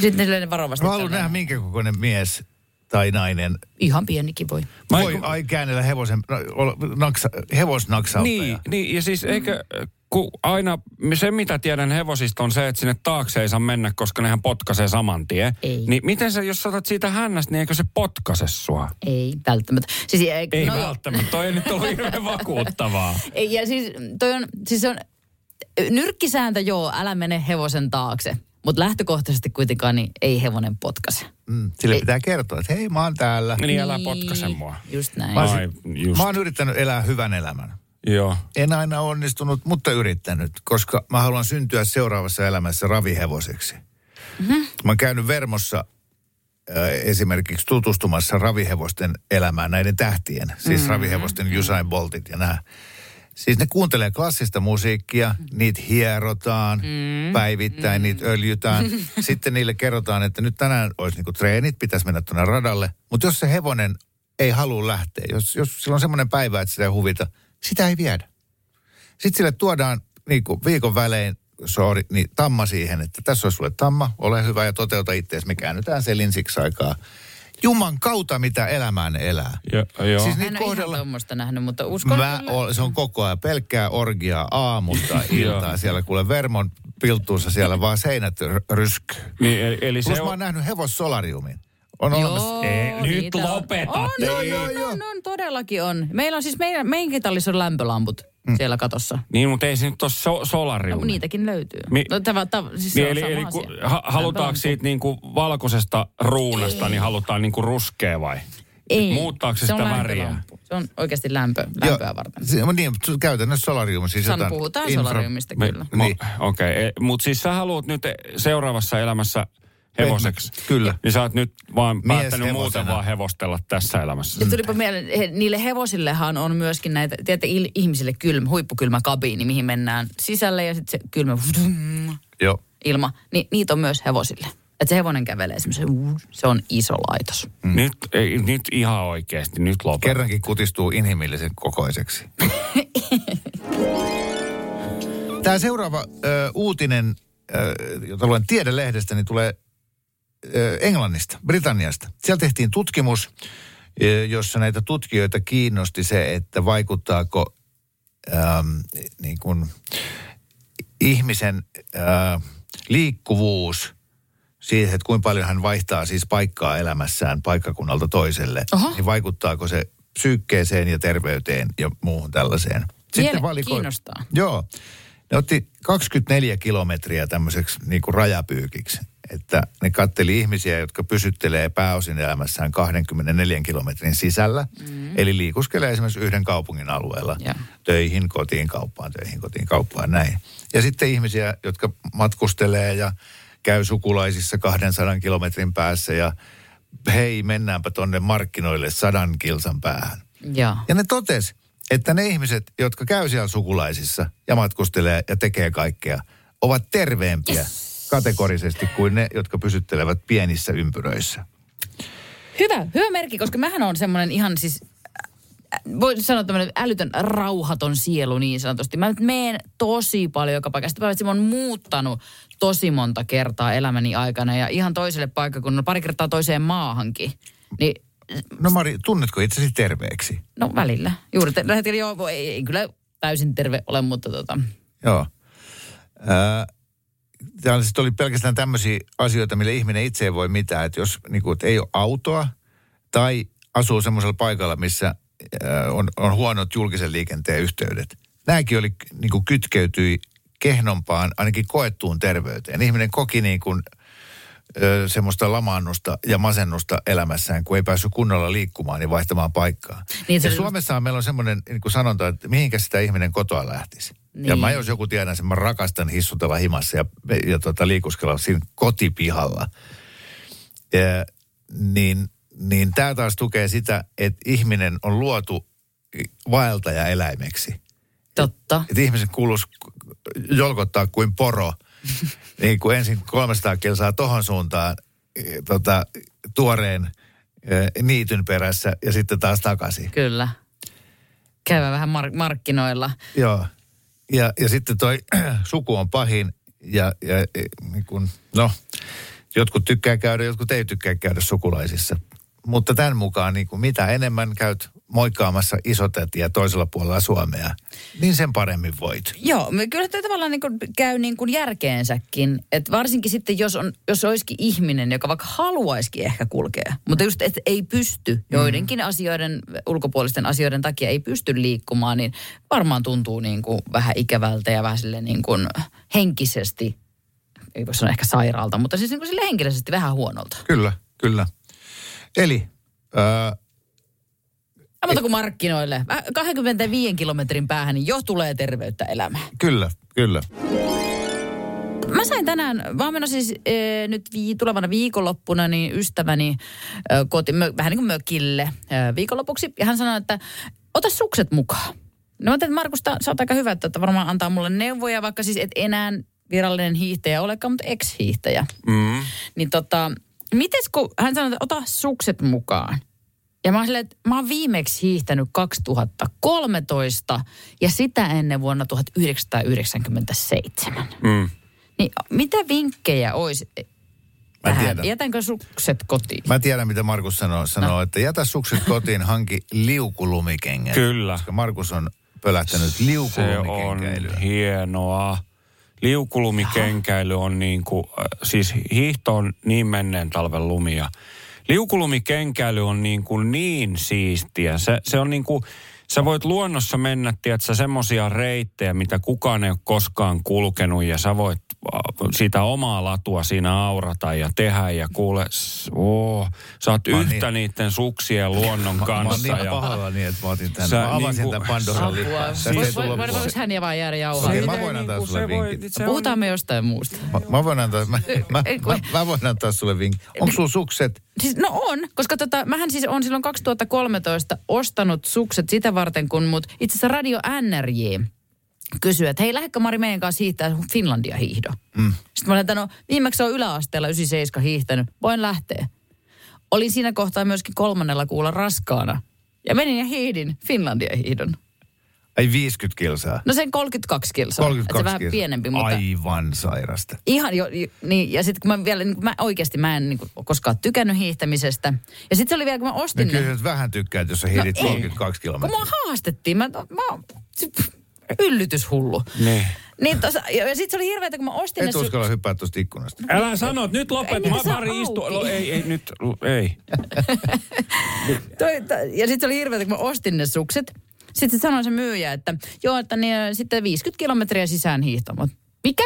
Speaker 2: Sitten ne silleen varovasti.
Speaker 3: Mä haluan
Speaker 2: tälleen.
Speaker 3: nähdä, minkä kokoinen mies tai nainen
Speaker 2: Ihan pienikin voi.
Speaker 4: Mä en
Speaker 3: voi
Speaker 4: ku-
Speaker 3: ai käännellä hevosen, no, ol- naksa, hevosnaksauttaja.
Speaker 4: Niin, niin, ja
Speaker 2: Mm-hmm.
Speaker 4: siis eikö, kun aina, se mitä tiedän hevosista on se, että sinne taakse ei saa mennä, koska nehän potkaisee saman tien.
Speaker 2: Ei.
Speaker 4: Niin miten sä, jos sä otat siitä hännästä, niin eikö se potkase sua?
Speaker 2: Ei välttämättä. Siis, ei,
Speaker 4: Ei
Speaker 2: no,
Speaker 4: no, välttämättä, toi ei nyt ollut hirveän vakuuttavaa.
Speaker 2: Ei, ja siis toi on, siis se on nyrkkisääntö joo, älä mene hevosen taakse. Mutta lähtökohtaisesti kuitenkaan niin ei hevonen potkase.
Speaker 3: Mm, sille pitää kertoa, että hei mä oon täällä.
Speaker 4: Niin älä potkase mua.
Speaker 2: Just näin.
Speaker 3: Mä,
Speaker 4: Ai,
Speaker 3: oon sit-
Speaker 4: just.
Speaker 3: mä oon yrittänyt elää hyvän elämän.
Speaker 4: Joo.
Speaker 3: En aina onnistunut, mutta yrittänyt, koska mä haluan syntyä seuraavassa elämässä ravihevoseksi. Mm-hmm. Mä oon käynyt Vermossa ö, esimerkiksi tutustumassa ravihevosten elämään näiden tähtien. Siis
Speaker 4: Mhm.
Speaker 3: mm-hmm. ravihevosten Usain Boltit ja nämä. Siis ne kuuntelee klassista musiikkia, niitä hierotaan mm. päivittäin, mm. niitä öljytään. Sitten niille kerrotaan, että nyt tänään olisi niinku treenit, pitäisi mennä tuonne radalle. Mutta jos se hevonen ei halua lähteä, jos, jos sillä on semmoinen päivä, että sitä ei huvita, sitä ei viedä. Sitten sille tuodaan niinku viikon välein sorry, niin tamma siihen, että tässä on sulle tamma, ole hyvä ja toteuta itseäsi. Me käännytään selin siksi aikaa. Juman kautta, mitä elämään elää.
Speaker 4: Jo, joo.
Speaker 3: Siis
Speaker 4: Siis
Speaker 2: Mä en
Speaker 3: niitä
Speaker 2: ole ihan
Speaker 3: kohdella,
Speaker 2: tuommoista nähnyt, mutta uskon
Speaker 3: Mä
Speaker 2: kyllä.
Speaker 3: ol, se on koko ajan pelkkää orgiaa aamusta iltaa.
Speaker 4: Joo.
Speaker 3: siellä kuule Vermon piltuussa siellä vaan seinät r- ryskyy.
Speaker 4: niin, eli, eli
Speaker 3: Plus
Speaker 4: se
Speaker 3: mä oon
Speaker 4: on...
Speaker 3: nähnyt hevossolariumin. On
Speaker 2: Joo,
Speaker 3: olemassa.
Speaker 4: Ei, nyt
Speaker 2: niitä
Speaker 4: lopeta,
Speaker 2: Niin, On, on,
Speaker 4: ei.
Speaker 2: on, on, on, on, todellakin on. Meillä on siis, meidän, meidänkin tallissa on lämpölamput
Speaker 3: Mm.
Speaker 2: siellä katossa.
Speaker 4: Niin, mutta ei se nyt ole so, solariumi.
Speaker 2: No, niitäkin löytyy.
Speaker 4: Mi-
Speaker 2: no, tämä, tämä, siis se
Speaker 4: Niin,
Speaker 2: on
Speaker 4: eli
Speaker 2: sama
Speaker 4: eli
Speaker 2: asia.
Speaker 4: kun, ha, halutaanko
Speaker 2: Lämpölamppu.
Speaker 4: siitä niin kuin valkoisesta ruunasta, niin halutaan niin kuin ruskea vai?
Speaker 2: Ei.
Speaker 4: Muuttaako se
Speaker 2: on
Speaker 4: sitä väriä?
Speaker 2: lämpölamppu. Se on oikeasti lämpö, lämpöä varten.
Speaker 3: Se, on niin, mutta käytännössä solarium. Siis
Speaker 2: Sano,
Speaker 3: jotain
Speaker 2: puhutaan
Speaker 3: infra-
Speaker 2: solariumista
Speaker 4: Me-
Speaker 2: kyllä.
Speaker 4: mo-
Speaker 3: Niin.
Speaker 4: Okei, okay. mutta siis sä haluat nyt e, seuraavassa elämässä hevoseksi.
Speaker 3: Pehmeäksi, kyllä.
Speaker 4: Niin sä oot nyt vaan Mies päättänyt
Speaker 3: hevosena.
Speaker 4: muuten vaan hevostella tässä elämässä.
Speaker 2: Ja tulipa mieleen, he, niille hevosillehan on myöskin näitä, tiedätte, il, ihmisille kylmä, huippukylmä kabiini, mihin mennään sisälle ja sitten se kylmä vudum,
Speaker 3: Joo.
Speaker 2: ilma, niin niitä on myös hevosille. Että se hevonen kävelee semmoisen, vudum, se on iso laitos.
Speaker 4: Mm. Nyt, ei, nyt ihan oikeasti, nyt lopeta.
Speaker 3: Kerrankin kutistuu inhimillisen kokoiseksi. Tämä seuraava ö, uutinen, ö, jota luen Tiedelehdestä, niin tulee ö, Englannista, Britanniasta. Siellä tehtiin tutkimus, ö, jossa näitä tutkijoita kiinnosti se, että vaikuttaako äm, niin kuin ihmisen ä, liikkuvuus siihen, että kuinka paljon hän vaihtaa siis paikkaa elämässään paikkakunnalta toiselle,
Speaker 2: Oho.
Speaker 3: niin vaikuttaako se psyykkeeseen ja terveyteen ja muuhun tällaiseen.
Speaker 2: Miele- kiinnostaa.
Speaker 3: Joo. Ne otti 24 kilometriä tämmöiseksi niin kuin rajapyykiksi. Että ne katteli ihmisiä, jotka pysyttelee pääosin elämässään 24 kilometrin sisällä. Mm. Eli liikuskelee esimerkiksi yhden kaupungin alueella
Speaker 2: Joo.
Speaker 3: töihin, kotiin, kauppaan, töihin, kotiin, kauppaan, näin. Ja sitten ihmisiä, jotka matkustelee ja käy sukulaisissa 200 kilometrin päässä ja hei, mennäänpä tonne markkinoille sadan kilsan päähän.
Speaker 2: Joo.
Speaker 3: Ja ne totes, että ne ihmiset, jotka käy siellä sukulaisissa ja matkustelee ja tekee kaikkea, ovat terveempiä kategorisesti kuin ne, jotka pysyttelevät pienissä ympyröissä.
Speaker 2: Hyvä, hyvä merkki, koska mähän on semmoinen ihan siis, äh, voi sanoa tämmöinen älytön rauhaton sielu niin sanotusti. Mä nyt meen tosi paljon joka paikasta. Sitä paitsi mä oon muuttanut tosi monta kertaa elämäni aikana ja ihan toiselle paikkakunnalle, pari kertaa toiseen maahankin. Niin
Speaker 3: No Mari, tunnetko itsesi terveeksi?
Speaker 2: No välillä. Juuri tällä hetkellä joo, voi- ei, ei kyllä täysin terve ole, mutta tota,
Speaker 3: Joo. Ää, Täällä sitten oli pelkästään tämmöisiä asioita, mille ihminen itse ei voi mitään. Että jos niin kuin, että ei ole autoa tai asuu semmoisella paikalla, missä ää, on, on huonot julkisen liikenteen yhteydet. Nämäkin oli, niin kuin kytkeytyi kehnompaan, ainakin koettuun terveyteen. Ihminen koki niin kuin, ö, semmoista lamaannusta ja masennusta elämässään, kun ei päässyt kunnolla liikkumaan niin vaihtamaan paikkaa.
Speaker 2: Niin,
Speaker 3: Niin,
Speaker 2: se
Speaker 3: ja
Speaker 2: oli-
Speaker 3: Suomessa meillä on semmoinen niin kuin sanonta, että mihinkä sitä ihminen kotoa lähtisi. Niin. Ja
Speaker 2: Niin.
Speaker 3: mä jos joku tiedän, sen mä rakastan hissutella himassa ja, ja tota, liikuskella siinä kotipihalla. Ja, niin niin tämä taas tukee sitä, että ihminen on luotu vaeltaja eläimeksi.
Speaker 2: totta.
Speaker 3: Että ihmisen kuuluisi jolkottaa kuin poro. niin kuin ensin 300 kilsaa tohon suuntaan eh, tota, tuoreen eh, niityn perässä ja sitten taas takaisin.
Speaker 2: Kyllä. Käydään vähän mark- markkinoilla.
Speaker 3: Joo. Ja, ja sitten toi suku on pahin ja, ja e, eh, niin kun, no, jotkut tykkää käydä, jotkut ei tykkää käydä sukulaisissa. mutta tämän mukaan niin kuin mitä enemmän käyt moikkaamassa isotätiä toisella puolella Suomea, niin sen paremmin voit.
Speaker 2: Joo, me- kyllä tämä tavallaan niin kuin käy niin kuin järkeensäkin. Et varsinkin sitten, jos, on, jos olisikin ihminen, joka vaikka haluaisikin ehkä kulkea, mutta just, että ei pysty joidenkin asioiden, ulkopuolisten asioiden takia ei pysty liikkumaan, niin varmaan tuntuu niin kuin vähän ikävältä ja vähän sille niin kuin henkisesti, ei voi sanoa ehkä sairaalta, mutta siis niin kuin sille henkilöisesti vähän huonolta.
Speaker 3: Kyllä, kyllä. Eli öö,
Speaker 2: Ja muuta kuin markkinoille. Vähän 25 kilometrin päähän niin jo tulee terveyttä elämään.
Speaker 3: kyllä, kyllä.
Speaker 2: Mä sain tänään, vaan menossa siis ee, nyt vii, tulevana viikonloppuna, niin ystäväni ö, koti, mö, vähän niin kuin mökille ö, viikonlopuksi. Ja hän sanoi, että ota sukset mukaan. No mä ajattelin, että Markus, tää- sä oot aika hyvä, että että varmaan antaa mulle neuvoja, vaikka siis et enää virallinen hiihtäjä olekaan, mutta ex-hiihtäjä.
Speaker 4: Mm.
Speaker 2: Niin tota, mites kun hän sanoi, että ota sukset mukaan. Ja mä oon silleen, että mä oon viimeksi hiihtänyt 2013 ja sitä ennen vuonna 1997.
Speaker 4: Mm.
Speaker 2: Niin mitä vinkkejä olisi
Speaker 3: Mä
Speaker 2: tähän?
Speaker 3: tiedän.
Speaker 2: Jätänkö sukset kotiin?
Speaker 3: Mä tiedän, mitä Markus sanoo. Sanoo, no. että jätä sukset kotiin, hanki liukulumikengät.
Speaker 4: Kyllä.
Speaker 3: Koska Markus on pölättänyt
Speaker 4: Se on
Speaker 3: liukulumikenkäilyä.
Speaker 4: hienoa. Liukulumikenkäily on niin kuin, siis hiihto on niin menneen talven lumia. Liukulumikenkäily on niin kuin niin siistiä. Se, se on niin kuin, sä voit luonnossa mennä, tiedätkö, semmosia reittejä, mitä kukaan ei ole koskaan kulkenut ja sä voit äh, sitä omaa latua siinä aurata ja tehdä ja kuule, s- oo, sä oot
Speaker 3: Mä oon niin-
Speaker 4: yhtä niiden suksien luonnon
Speaker 3: Mä oon
Speaker 4: kanssa.
Speaker 3: niin
Speaker 4: ja...
Speaker 3: pahoilla niin, että mä otin tämän.
Speaker 4: Sä
Speaker 3: Mä avasin
Speaker 4: niinku-
Speaker 3: tämän Pandoran lippaan. Tästä ei
Speaker 2: Vois-
Speaker 3: tule
Speaker 2: voi- voi-
Speaker 3: lopuksi.
Speaker 2: Voiko hän ja vaan jäädä jauhaa?
Speaker 3: Okei, mä voin antaa sulle vinkin.
Speaker 2: Puhutaan me jostain muusta.
Speaker 3: Mä, mä, voin antaa, mä, mä,
Speaker 2: Ei, kun-
Speaker 3: mä, mä voin antaa sulle vinkin. Onko sulla sukset?
Speaker 2: Siis, no on, koska tota, mähän siis on silloin 2013 ostanut sukset sitä varten, kun mut itse asiassa Radio NRJ kysyi, että hei, lähdekö Mari meidän kanssa hiihtää Finlandia hiihdo? Mm. Sitten mä olin, että no viimeksi on yläasteella 97 hiihtänyt, voin lähteä. Olin siinä kohtaa myöskin kolmannella kuulla raskaana. Ja menin ja hiihdin Finlandia hiihdon.
Speaker 3: Ei 50 kilsaa.
Speaker 2: No sen 32 kilsaa.
Speaker 3: 32
Speaker 2: että se vähän
Speaker 3: kilsaa.
Speaker 2: pienempi, mutta...
Speaker 3: Aivan sairasta.
Speaker 2: Ihan jo, jo- niin, ja sitten kun mä vielä, niin kun mä oikeasti mä en niin kun, koskaan tykkännyt hiihtämisestä. Ja sitten se oli vielä, kun mä
Speaker 3: Ja
Speaker 2: ostin ne.
Speaker 3: kyllä sä nyt vähän tykkäät, jos sä hiidit
Speaker 2: ei.
Speaker 3: 32
Speaker 2: Kun
Speaker 3: kilometriä.
Speaker 2: mua haastettiin, mä, mä oon yllytyshullu.
Speaker 4: Niin.
Speaker 2: Niin tossa, ja, ja sitten se oli hirveätä, kun mä ostin
Speaker 3: Et
Speaker 2: su-
Speaker 3: uskalla hyppää tuosta ikkunasta.
Speaker 4: Älä sano, että nyt lopet.
Speaker 2: Ei,
Speaker 4: Mä
Speaker 2: niitä saa
Speaker 4: pari istu...
Speaker 2: auki.
Speaker 4: Lo, ei, ei, nyt, lo- ei.
Speaker 2: toi, toi, ja sitten se oli hirveätä, kun mä ostin ne sukset. Sitten se sanoi se myyjä, että joo, että niin, äh, sitten 50 kilometriä sisään hiihtämään. Mikä?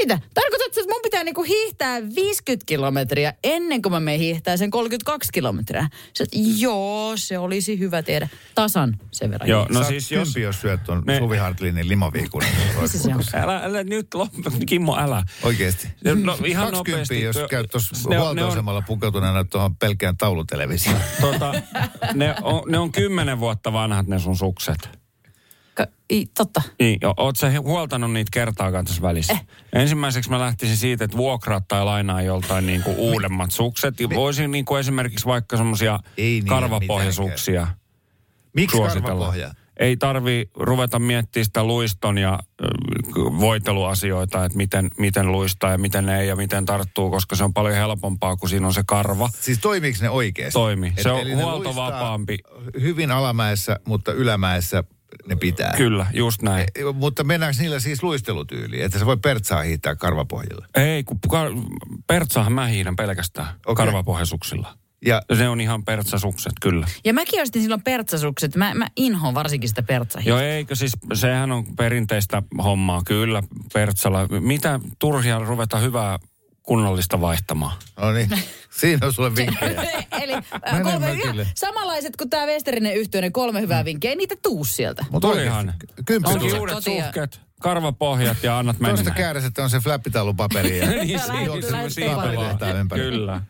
Speaker 2: Mitä? Tarkoitatko, että mun pitää niinku hiihtää 50 kilometriä ennen kuin mä menen hiihtää sen 32 kilometriä? Se, joo, se olisi hyvä tehdä tasan sen verran.
Speaker 4: Joo,
Speaker 3: No
Speaker 4: no
Speaker 3: Sä
Speaker 4: siis jos...
Speaker 3: jos syöt tuon
Speaker 4: Me-
Speaker 3: Suvi Hartlinin limaviikun.
Speaker 2: Missä se on?
Speaker 4: Älä, älä nyt loppu, Kimmo, älä.
Speaker 3: Oikeesti.
Speaker 4: No ihan
Speaker 3: 20,
Speaker 4: nopeasti.
Speaker 3: jos
Speaker 4: Tuo-
Speaker 3: käyt tuossa
Speaker 4: ne on- ne on-
Speaker 3: huoltoasemalla pukeutuneena tuohon pelkään taulutelevisioon.
Speaker 4: Tota, ne, on, ne on kymmenen vuotta vanhat ne sun sukset.
Speaker 2: Ka- ei, totta.
Speaker 4: Niin, o- oot sä he- huoltanut niitä kertaakaan tässä välissä? Eh. Ensimmäiseksi mä lähtisin siitä, että vuokraat tai lainaa joltain niinku uudemmat sukset. Ja Voisin niinku esimerkiksi vaikka semmosia
Speaker 3: Ei niillä
Speaker 4: karvapohjasuksia
Speaker 3: Miksi
Speaker 4: suositella.
Speaker 3: karvapohja?
Speaker 4: Ei tarvi ruveta miettimään sitä luiston ja ö, k- voiteluasioita, että miten, miten luistaa ja miten ei ja miten tarttuu, koska se on paljon helpompaa, kun siinä on se karva.
Speaker 3: Siis toimiiko ne oikeasti?
Speaker 4: Toimi.
Speaker 3: Et-
Speaker 4: Se on
Speaker 3: eli ne
Speaker 4: huoltovapaampi.
Speaker 3: luistaa Hyvin alamäessä, mutta ylämäessä ne pitää.
Speaker 4: Kyllä, just näin.
Speaker 3: E- Mutta mennäänkö niillä siis luistelutyyliin, että se voi pertsaa hiihtää karvapohjilla?
Speaker 4: Ei, kun kar- pertsahan mä hiihdän pelkästään okay.
Speaker 3: Okei.
Speaker 4: karvapohjasuksilla.
Speaker 3: Ja
Speaker 4: Se on ihan pertsasukset, kyllä.
Speaker 2: Ja mäkin ostin silloin pertsasukset. Mä, mä inhoon varsinkin sitä pertsahiä.
Speaker 4: Joo, eikö siis, sehän on perinteistä hommaa, kyllä, pertsalla. Mitä turhia ruveta hyvää kunnollista vaihtamaan?
Speaker 3: no niin, siinä on sulle vinkkejä.
Speaker 2: Eli äh,
Speaker 3: Mene
Speaker 2: kolme
Speaker 3: mökille. Mm.
Speaker 2: hyvää, samanlaiset kuin tämä Westerinen yhtiö, ne kolme hyvää vinkkiä, ei niitä tuu sieltä.
Speaker 3: Mutta
Speaker 4: Tulihan.
Speaker 3: Kymppi
Speaker 4: On
Speaker 2: Onko se
Speaker 3: tulee.
Speaker 4: uudet
Speaker 2: kotia?
Speaker 4: suhket, karvapohjat ja annat mennä.
Speaker 3: Tuosta kääräset on se fläppitalupaperi. Ja...
Speaker 4: niin, siitä,
Speaker 2: Lähtee
Speaker 4: se- siitä
Speaker 2: paperi
Speaker 4: vaan.
Speaker 3: tehtään ympäri.
Speaker 4: Kyllä.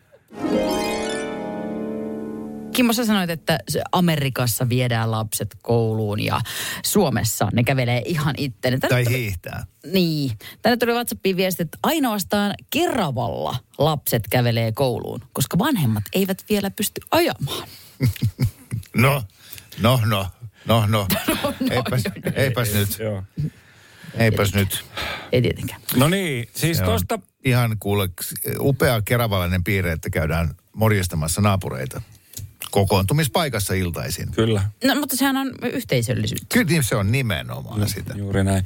Speaker 2: Kimmo, sä sanoit, että se Amerikassa viedään lapset kouluun ja Suomessa ne kävelee ihan itse. Tänne
Speaker 3: tai
Speaker 2: tuli,
Speaker 3: hiihtää.
Speaker 2: niin. Tänne tuli WhatsAppiin viesti, että ainoastaan Keravalla lapset kävelee kouluun, koska vanhemmat eivät vielä pysty ajamaan.
Speaker 3: No, no, no, no, no. Eipäs, eipäs nyt,
Speaker 4: Joo.
Speaker 3: eipäs nyt.
Speaker 2: Ei tietenkään.
Speaker 4: No niin, siis
Speaker 3: Joo.
Speaker 4: tuosta
Speaker 3: Ihan kuule, upea keravalainen piirre, että käydään morjestamassa naapureita. kokoontumispaikassa iltaisin.
Speaker 4: Kyllä,
Speaker 2: No, mutta sehän on yhteisöllisyyttä.
Speaker 3: Kyllä niin se on nimenomaan sitä.
Speaker 4: juuri näin.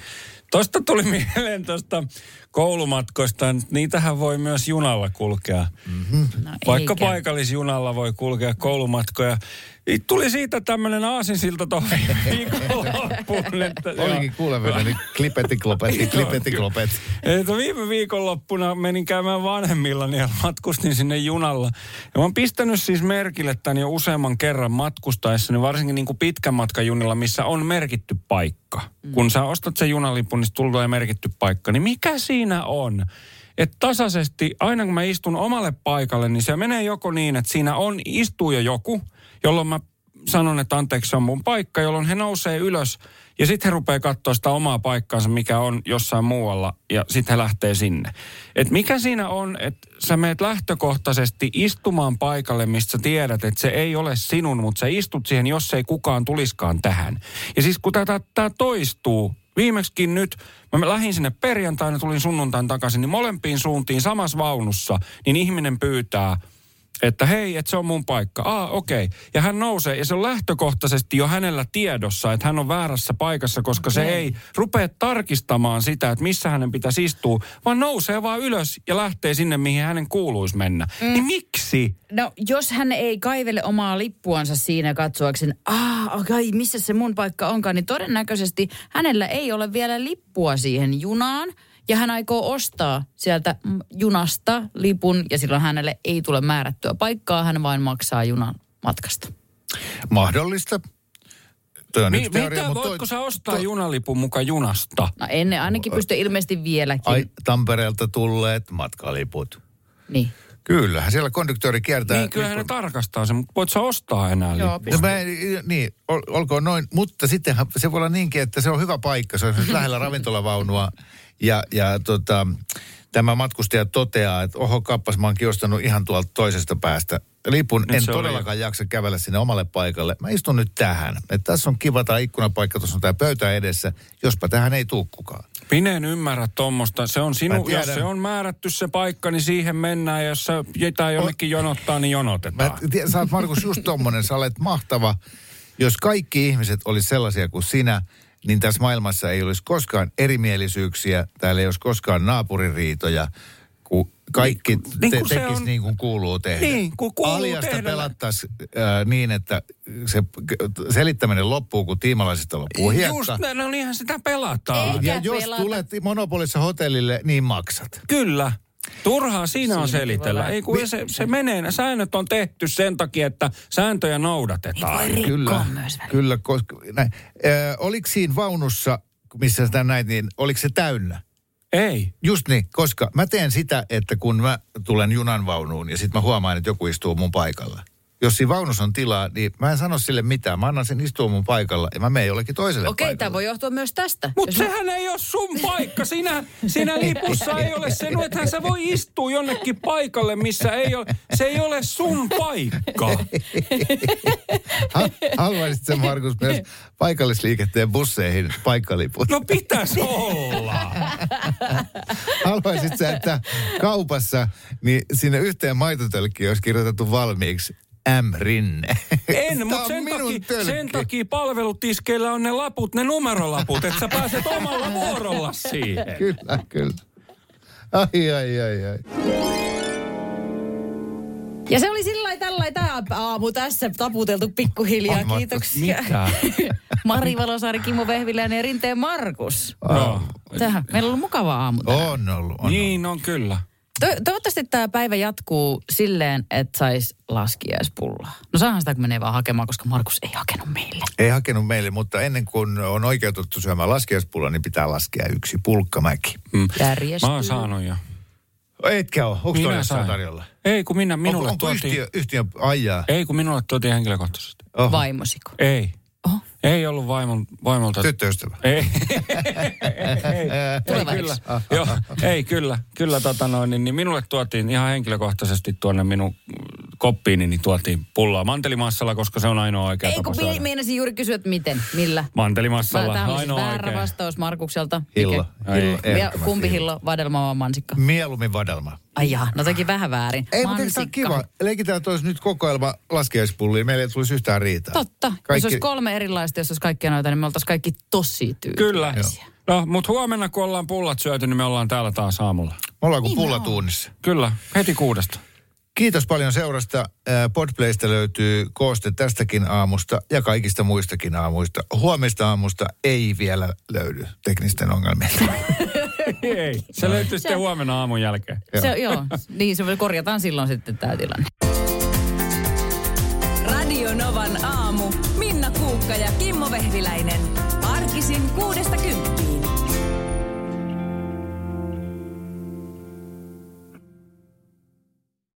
Speaker 4: Tuosta tuli mieleen tuosta koulumatkoista, että niitähän voi myös junalla kulkea.
Speaker 3: Mm-hmm.
Speaker 2: No,
Speaker 4: Vaikka
Speaker 2: eikä.
Speaker 4: paikallisjunalla voi kulkea koulumatkoja. It- Tuli siitä tämmöinen aasinsilta tuohon viikonloppuun. että-
Speaker 3: Olikin
Speaker 4: joo.
Speaker 3: kuulevinani niin klipeti klopeti, klipeti klopeti.
Speaker 4: Että viime viikonloppuna menin käymään vanhemmillani ja matkustin sinne junalla. Ja mä oon pistänyt siis merkille tämän jo useamman kerran matkustaessani, varsinkin niin kuin pitkän matkan junilla, missä on merkitty paikka. Mm. Kun sä ostat sen junalipun, niin tulee merkitty paikka. Niin mikä siinä on? Että tasaisesti, aina kun mä istun omalle paikalle, niin se menee joko niin, että siinä on, istuu jo joku, jolloin mä sanon, että anteeksi, se on mun paikka, jolloin he nousee ylös ja sitten he rupeaa katsoa sitä omaa paikkaansa, mikä on jossain muualla ja sitten he lähtee sinne. Et mikä siinä on, että sä meet lähtökohtaisesti istumaan paikalle, mistä sä tiedät, että se ei ole sinun, mutta sä istut siihen, jos ei kukaan tuliskaan tähän. Ja siis kun tämä toistuu, viimeksikin nyt, mä lähdin sinne perjantaina, tulin sunnuntain takaisin, niin molempiin suuntiin samassa vaunussa, niin ihminen pyytää että hei, että se on mun paikka. Aa, okei. Okay. Ja hän nousee, ja se on lähtökohtaisesti jo hänellä tiedossa, että hän on väärässä paikassa, koska se ei rupea tarkistamaan sitä, että missä hänen pitäisi istua, vaan nousee vaan ylös ja lähtee sinne, mihin hänen kuuluisi mennä. Mm. Niin miksi?
Speaker 2: No, jos hän ei kaivele omaa lippuansa siinä katsoakseen, aah, okei, missä se mun paikka onkaan, niin todennäköisesti hänellä ei ole vielä lippua siihen junaan, ja hän aikoo ostaa sieltä mm, junasta lipun, ja silloin hänelle ei tule määrättyä paikkaa, hän vain maksaa junan matkasta.
Speaker 3: Mahdollista. Toi on
Speaker 4: Mi-
Speaker 3: yksi teoria,
Speaker 4: mitä,
Speaker 3: mutta toi-
Speaker 4: voitko sä ostaa to... junalipun mukaan junasta?
Speaker 2: No en ne ainakin pysty ilmeisesti vieläkin.
Speaker 3: Ai, Tampereelta tulleet matkaliput.
Speaker 2: Niin.
Speaker 3: Kyllähän siellä konduktööri kiertää.
Speaker 4: niin, kyllähän
Speaker 3: niinku-
Speaker 4: ne tarkastaa sen, mutta voit sä ostaa enää
Speaker 2: Joo,
Speaker 4: lipun?
Speaker 3: No mä, en- niin, ol, olkoon noin, mutta sittenhän se voi olla niinkin, että se on hyvä paikka, se on esimerkiksi lähellä ravintolavaunua ja, ja tota, tämä matkustaja toteaa, että oho kappas, mä oonkin ostanut ihan tuolta toisesta päästä lipun,
Speaker 4: Nyt
Speaker 3: en
Speaker 4: se oli
Speaker 3: todellakaan jaksa kävellä sinne omalle paikalle, mä istun nyt tähän, että tässä on kiva tämä ikkunapaikka, tuossa on tämä pöytä edessä, jospa tähän ei tuu kukaan.
Speaker 4: Minä en ymmärrä tuommoista. Se on
Speaker 3: Mä
Speaker 4: sinu,
Speaker 3: tiedän.
Speaker 4: jos se on määrätty se paikka, niin siihen mennään. Jos sä jotain jonnekin jonottaa, niin
Speaker 3: Mä
Speaker 4: jonotetaan.
Speaker 3: tiedän, sä oot Markus just tommonen, sä olet mahtava. Jos kaikki ihmiset olisi sellaisia kuin sinä, niin tässä maailmassa ei olisi koskaan erimielisyyksiä, täällä ei olisi koskaan naapuririitoja, kun kaikki niin, te,
Speaker 4: niin
Speaker 3: niin
Speaker 4: kun se
Speaker 3: tekisi
Speaker 4: on-
Speaker 3: niin kuin kuuluu tehdä.
Speaker 4: Niin, kun kuuluu
Speaker 3: Aliasta
Speaker 4: tehdä.
Speaker 3: pelattaisiin äh, niin, että se selittäminen loppuu, kun tiimalaisista loppuu hiekka.
Speaker 4: Just, no, no niinhän sitä pelataan.
Speaker 2: Ei.
Speaker 3: ja
Speaker 2: Eikä
Speaker 3: jos
Speaker 2: pelata.
Speaker 3: tulet monopolissa hotellille, niin maksat.
Speaker 4: Kyllä. Turhaa siinä on
Speaker 2: Siinäkin voi
Speaker 4: selitellä.
Speaker 2: olla-
Speaker 4: Ei kun se, se menee. Ne säännöt on tehty sen takia, että sääntöjä noudatetaan.
Speaker 3: Kyllä,
Speaker 2: myös välillä.
Speaker 3: kyllä. Koska, näin. Ö, oliko siinä vaunussa, missä sitä näit, niin oliko se täynnä?
Speaker 4: Ei.
Speaker 3: Just niin, koska mä teen sitä, että kun mä tulen junan vaunuun ja sitten mä huomaan, että joku istuu mun paikalla. Jos siinä vaunussa on tilaa, niin mä en sano sille mitään. Mä annan sen istua mun paikalla ja mä menen jollekin toiselle
Speaker 2: Okei, tämä
Speaker 3: paikalle.
Speaker 2: voi johtua myös tästä.
Speaker 4: Mutta
Speaker 2: Jos mä-
Speaker 4: sehän ei ole sun paikka. Sinä, sinä lipussa ei ole sen, no, ethän sä voi istua jonnekin paikalle, missä ei ole. Se ei ole sun paikka.
Speaker 3: Ha, haluaisit sen, Markus, myös paikallisliikenteen busseihin paikkaliput.
Speaker 4: No pitäis olla.
Speaker 3: Haluaisit sä, että kaupassa niin sinne yhteen maitotölkkiin olisi kirjoitettu valmiiksi M. Rinne. Tää
Speaker 4: En, mutta
Speaker 3: on
Speaker 4: sen,
Speaker 3: minun
Speaker 4: takia- sen
Speaker 3: tölkki.
Speaker 4: takia palvelutiskeillä on ne laput, ne numerolaput, että sä pääset omalla vuorolla siihen.
Speaker 3: Kyllä, kyllä. Ai, ai, ai, ai.
Speaker 2: Ja se oli sillä lailla tällä tämä aamu tässä taputeltu pikkuhiljaa.
Speaker 3: On, Markus,
Speaker 2: Kiitoksia. Mari Valosaari, Kimmo Vehviläinen ja Rinteen Markus.
Speaker 4: No,
Speaker 2: Tähän.
Speaker 3: Niin.
Speaker 2: Meillä on ollut mukava aamu. tänään.
Speaker 3: On ollut, Ah, on ollut.
Speaker 4: niin on kyllä.
Speaker 2: To- toivottavasti tämä päivä jatkuu silleen, että sais laskiaispullaa. No saahan sitä, kun menee vaan hakemaan, koska Markus ei hakenut meille.
Speaker 3: Ei hakenut meille, mutta ennen kuin on oikeutettu syömään laskiaispulla, niin pitää laskea yksi pulkkamäki.
Speaker 4: Mä
Speaker 2: Järjestyy.
Speaker 4: oon saanut jo.
Speaker 3: Etkä ole. Onko
Speaker 4: Minä
Speaker 3: toinen
Speaker 4: sain.
Speaker 3: tarjolla?
Speaker 4: Ei kun minä, minulle
Speaker 3: Onko, onko
Speaker 4: tuotiin.
Speaker 3: yhtiö, yhtiön ajaa?
Speaker 4: Ei kun minulle tuotiin henkilökohtaisesti.
Speaker 3: Oho.
Speaker 2: Vaimosiko?
Speaker 4: Ei.
Speaker 2: Oho.
Speaker 4: Ei ollut vaimon, vaimolta.
Speaker 3: Tyttöystävä.
Speaker 4: Ei. ei, ei,
Speaker 2: Tulevaisuus.
Speaker 4: kyllä. Joo, ei, kyllä. Kyllä, tota noin, niin, niin minulle tuotiin ihan henkilökohtaisesti tuonne minun mm, koppiin, niin tuotiin pullaa mantelimassalla, koska se on ainoa oikea
Speaker 2: Ei kun
Speaker 4: tapa
Speaker 2: mi-
Speaker 4: saada.
Speaker 2: meinasin juuri kysyä, että miten, millä.
Speaker 4: Mantelimassalla,
Speaker 2: Tämä on siis
Speaker 4: ainoa
Speaker 2: väärä
Speaker 4: oikea.
Speaker 2: vastaus Markukselta.
Speaker 3: Hillo.
Speaker 2: Mikä-
Speaker 3: Hillo,
Speaker 4: Ei.
Speaker 2: Ja
Speaker 3: ehdottomasti
Speaker 2: kumpi hillo, vadelma vai mansikka?
Speaker 3: Mieluummin vadelma.
Speaker 2: Ai jaha, no toki vähän väärin.
Speaker 3: Ei, mutta eikö tämä ole kiva? Leikitään tois nyt kokoelma laskiaispulliin. Meillä ei tulisi yhtään riitaa.
Speaker 2: Totta. Jos olisi kolme erilaista, jos olisi kaikkia noita, niin me oltaisiin kaikki tosi tyytyväisiä.
Speaker 4: Kyllä. No, mutta huomenna kun ollaan pullat syöty, niin me ollaan täällä taas aamulla.
Speaker 3: Me ollaan kuin pullatuunnissa.
Speaker 4: Kyllä, heti kuudesta.
Speaker 3: Kiitos paljon seurasta. Äh, Podplaysta löytyy kooste tästäkin aamusta ja kaikista muistakin aamuista. Huomista aamusta ei vielä löydy teknisten ongelmien.
Speaker 4: Ei, se löytyy sitten huomenna aamun jälkeen.
Speaker 2: Se, joo, niin se korjataan silloin sitten tämä tilanne.
Speaker 1: Radio Novan aamu. Minna Kuukka ja Kimmo Vehviläinen. Arkisin kuudesta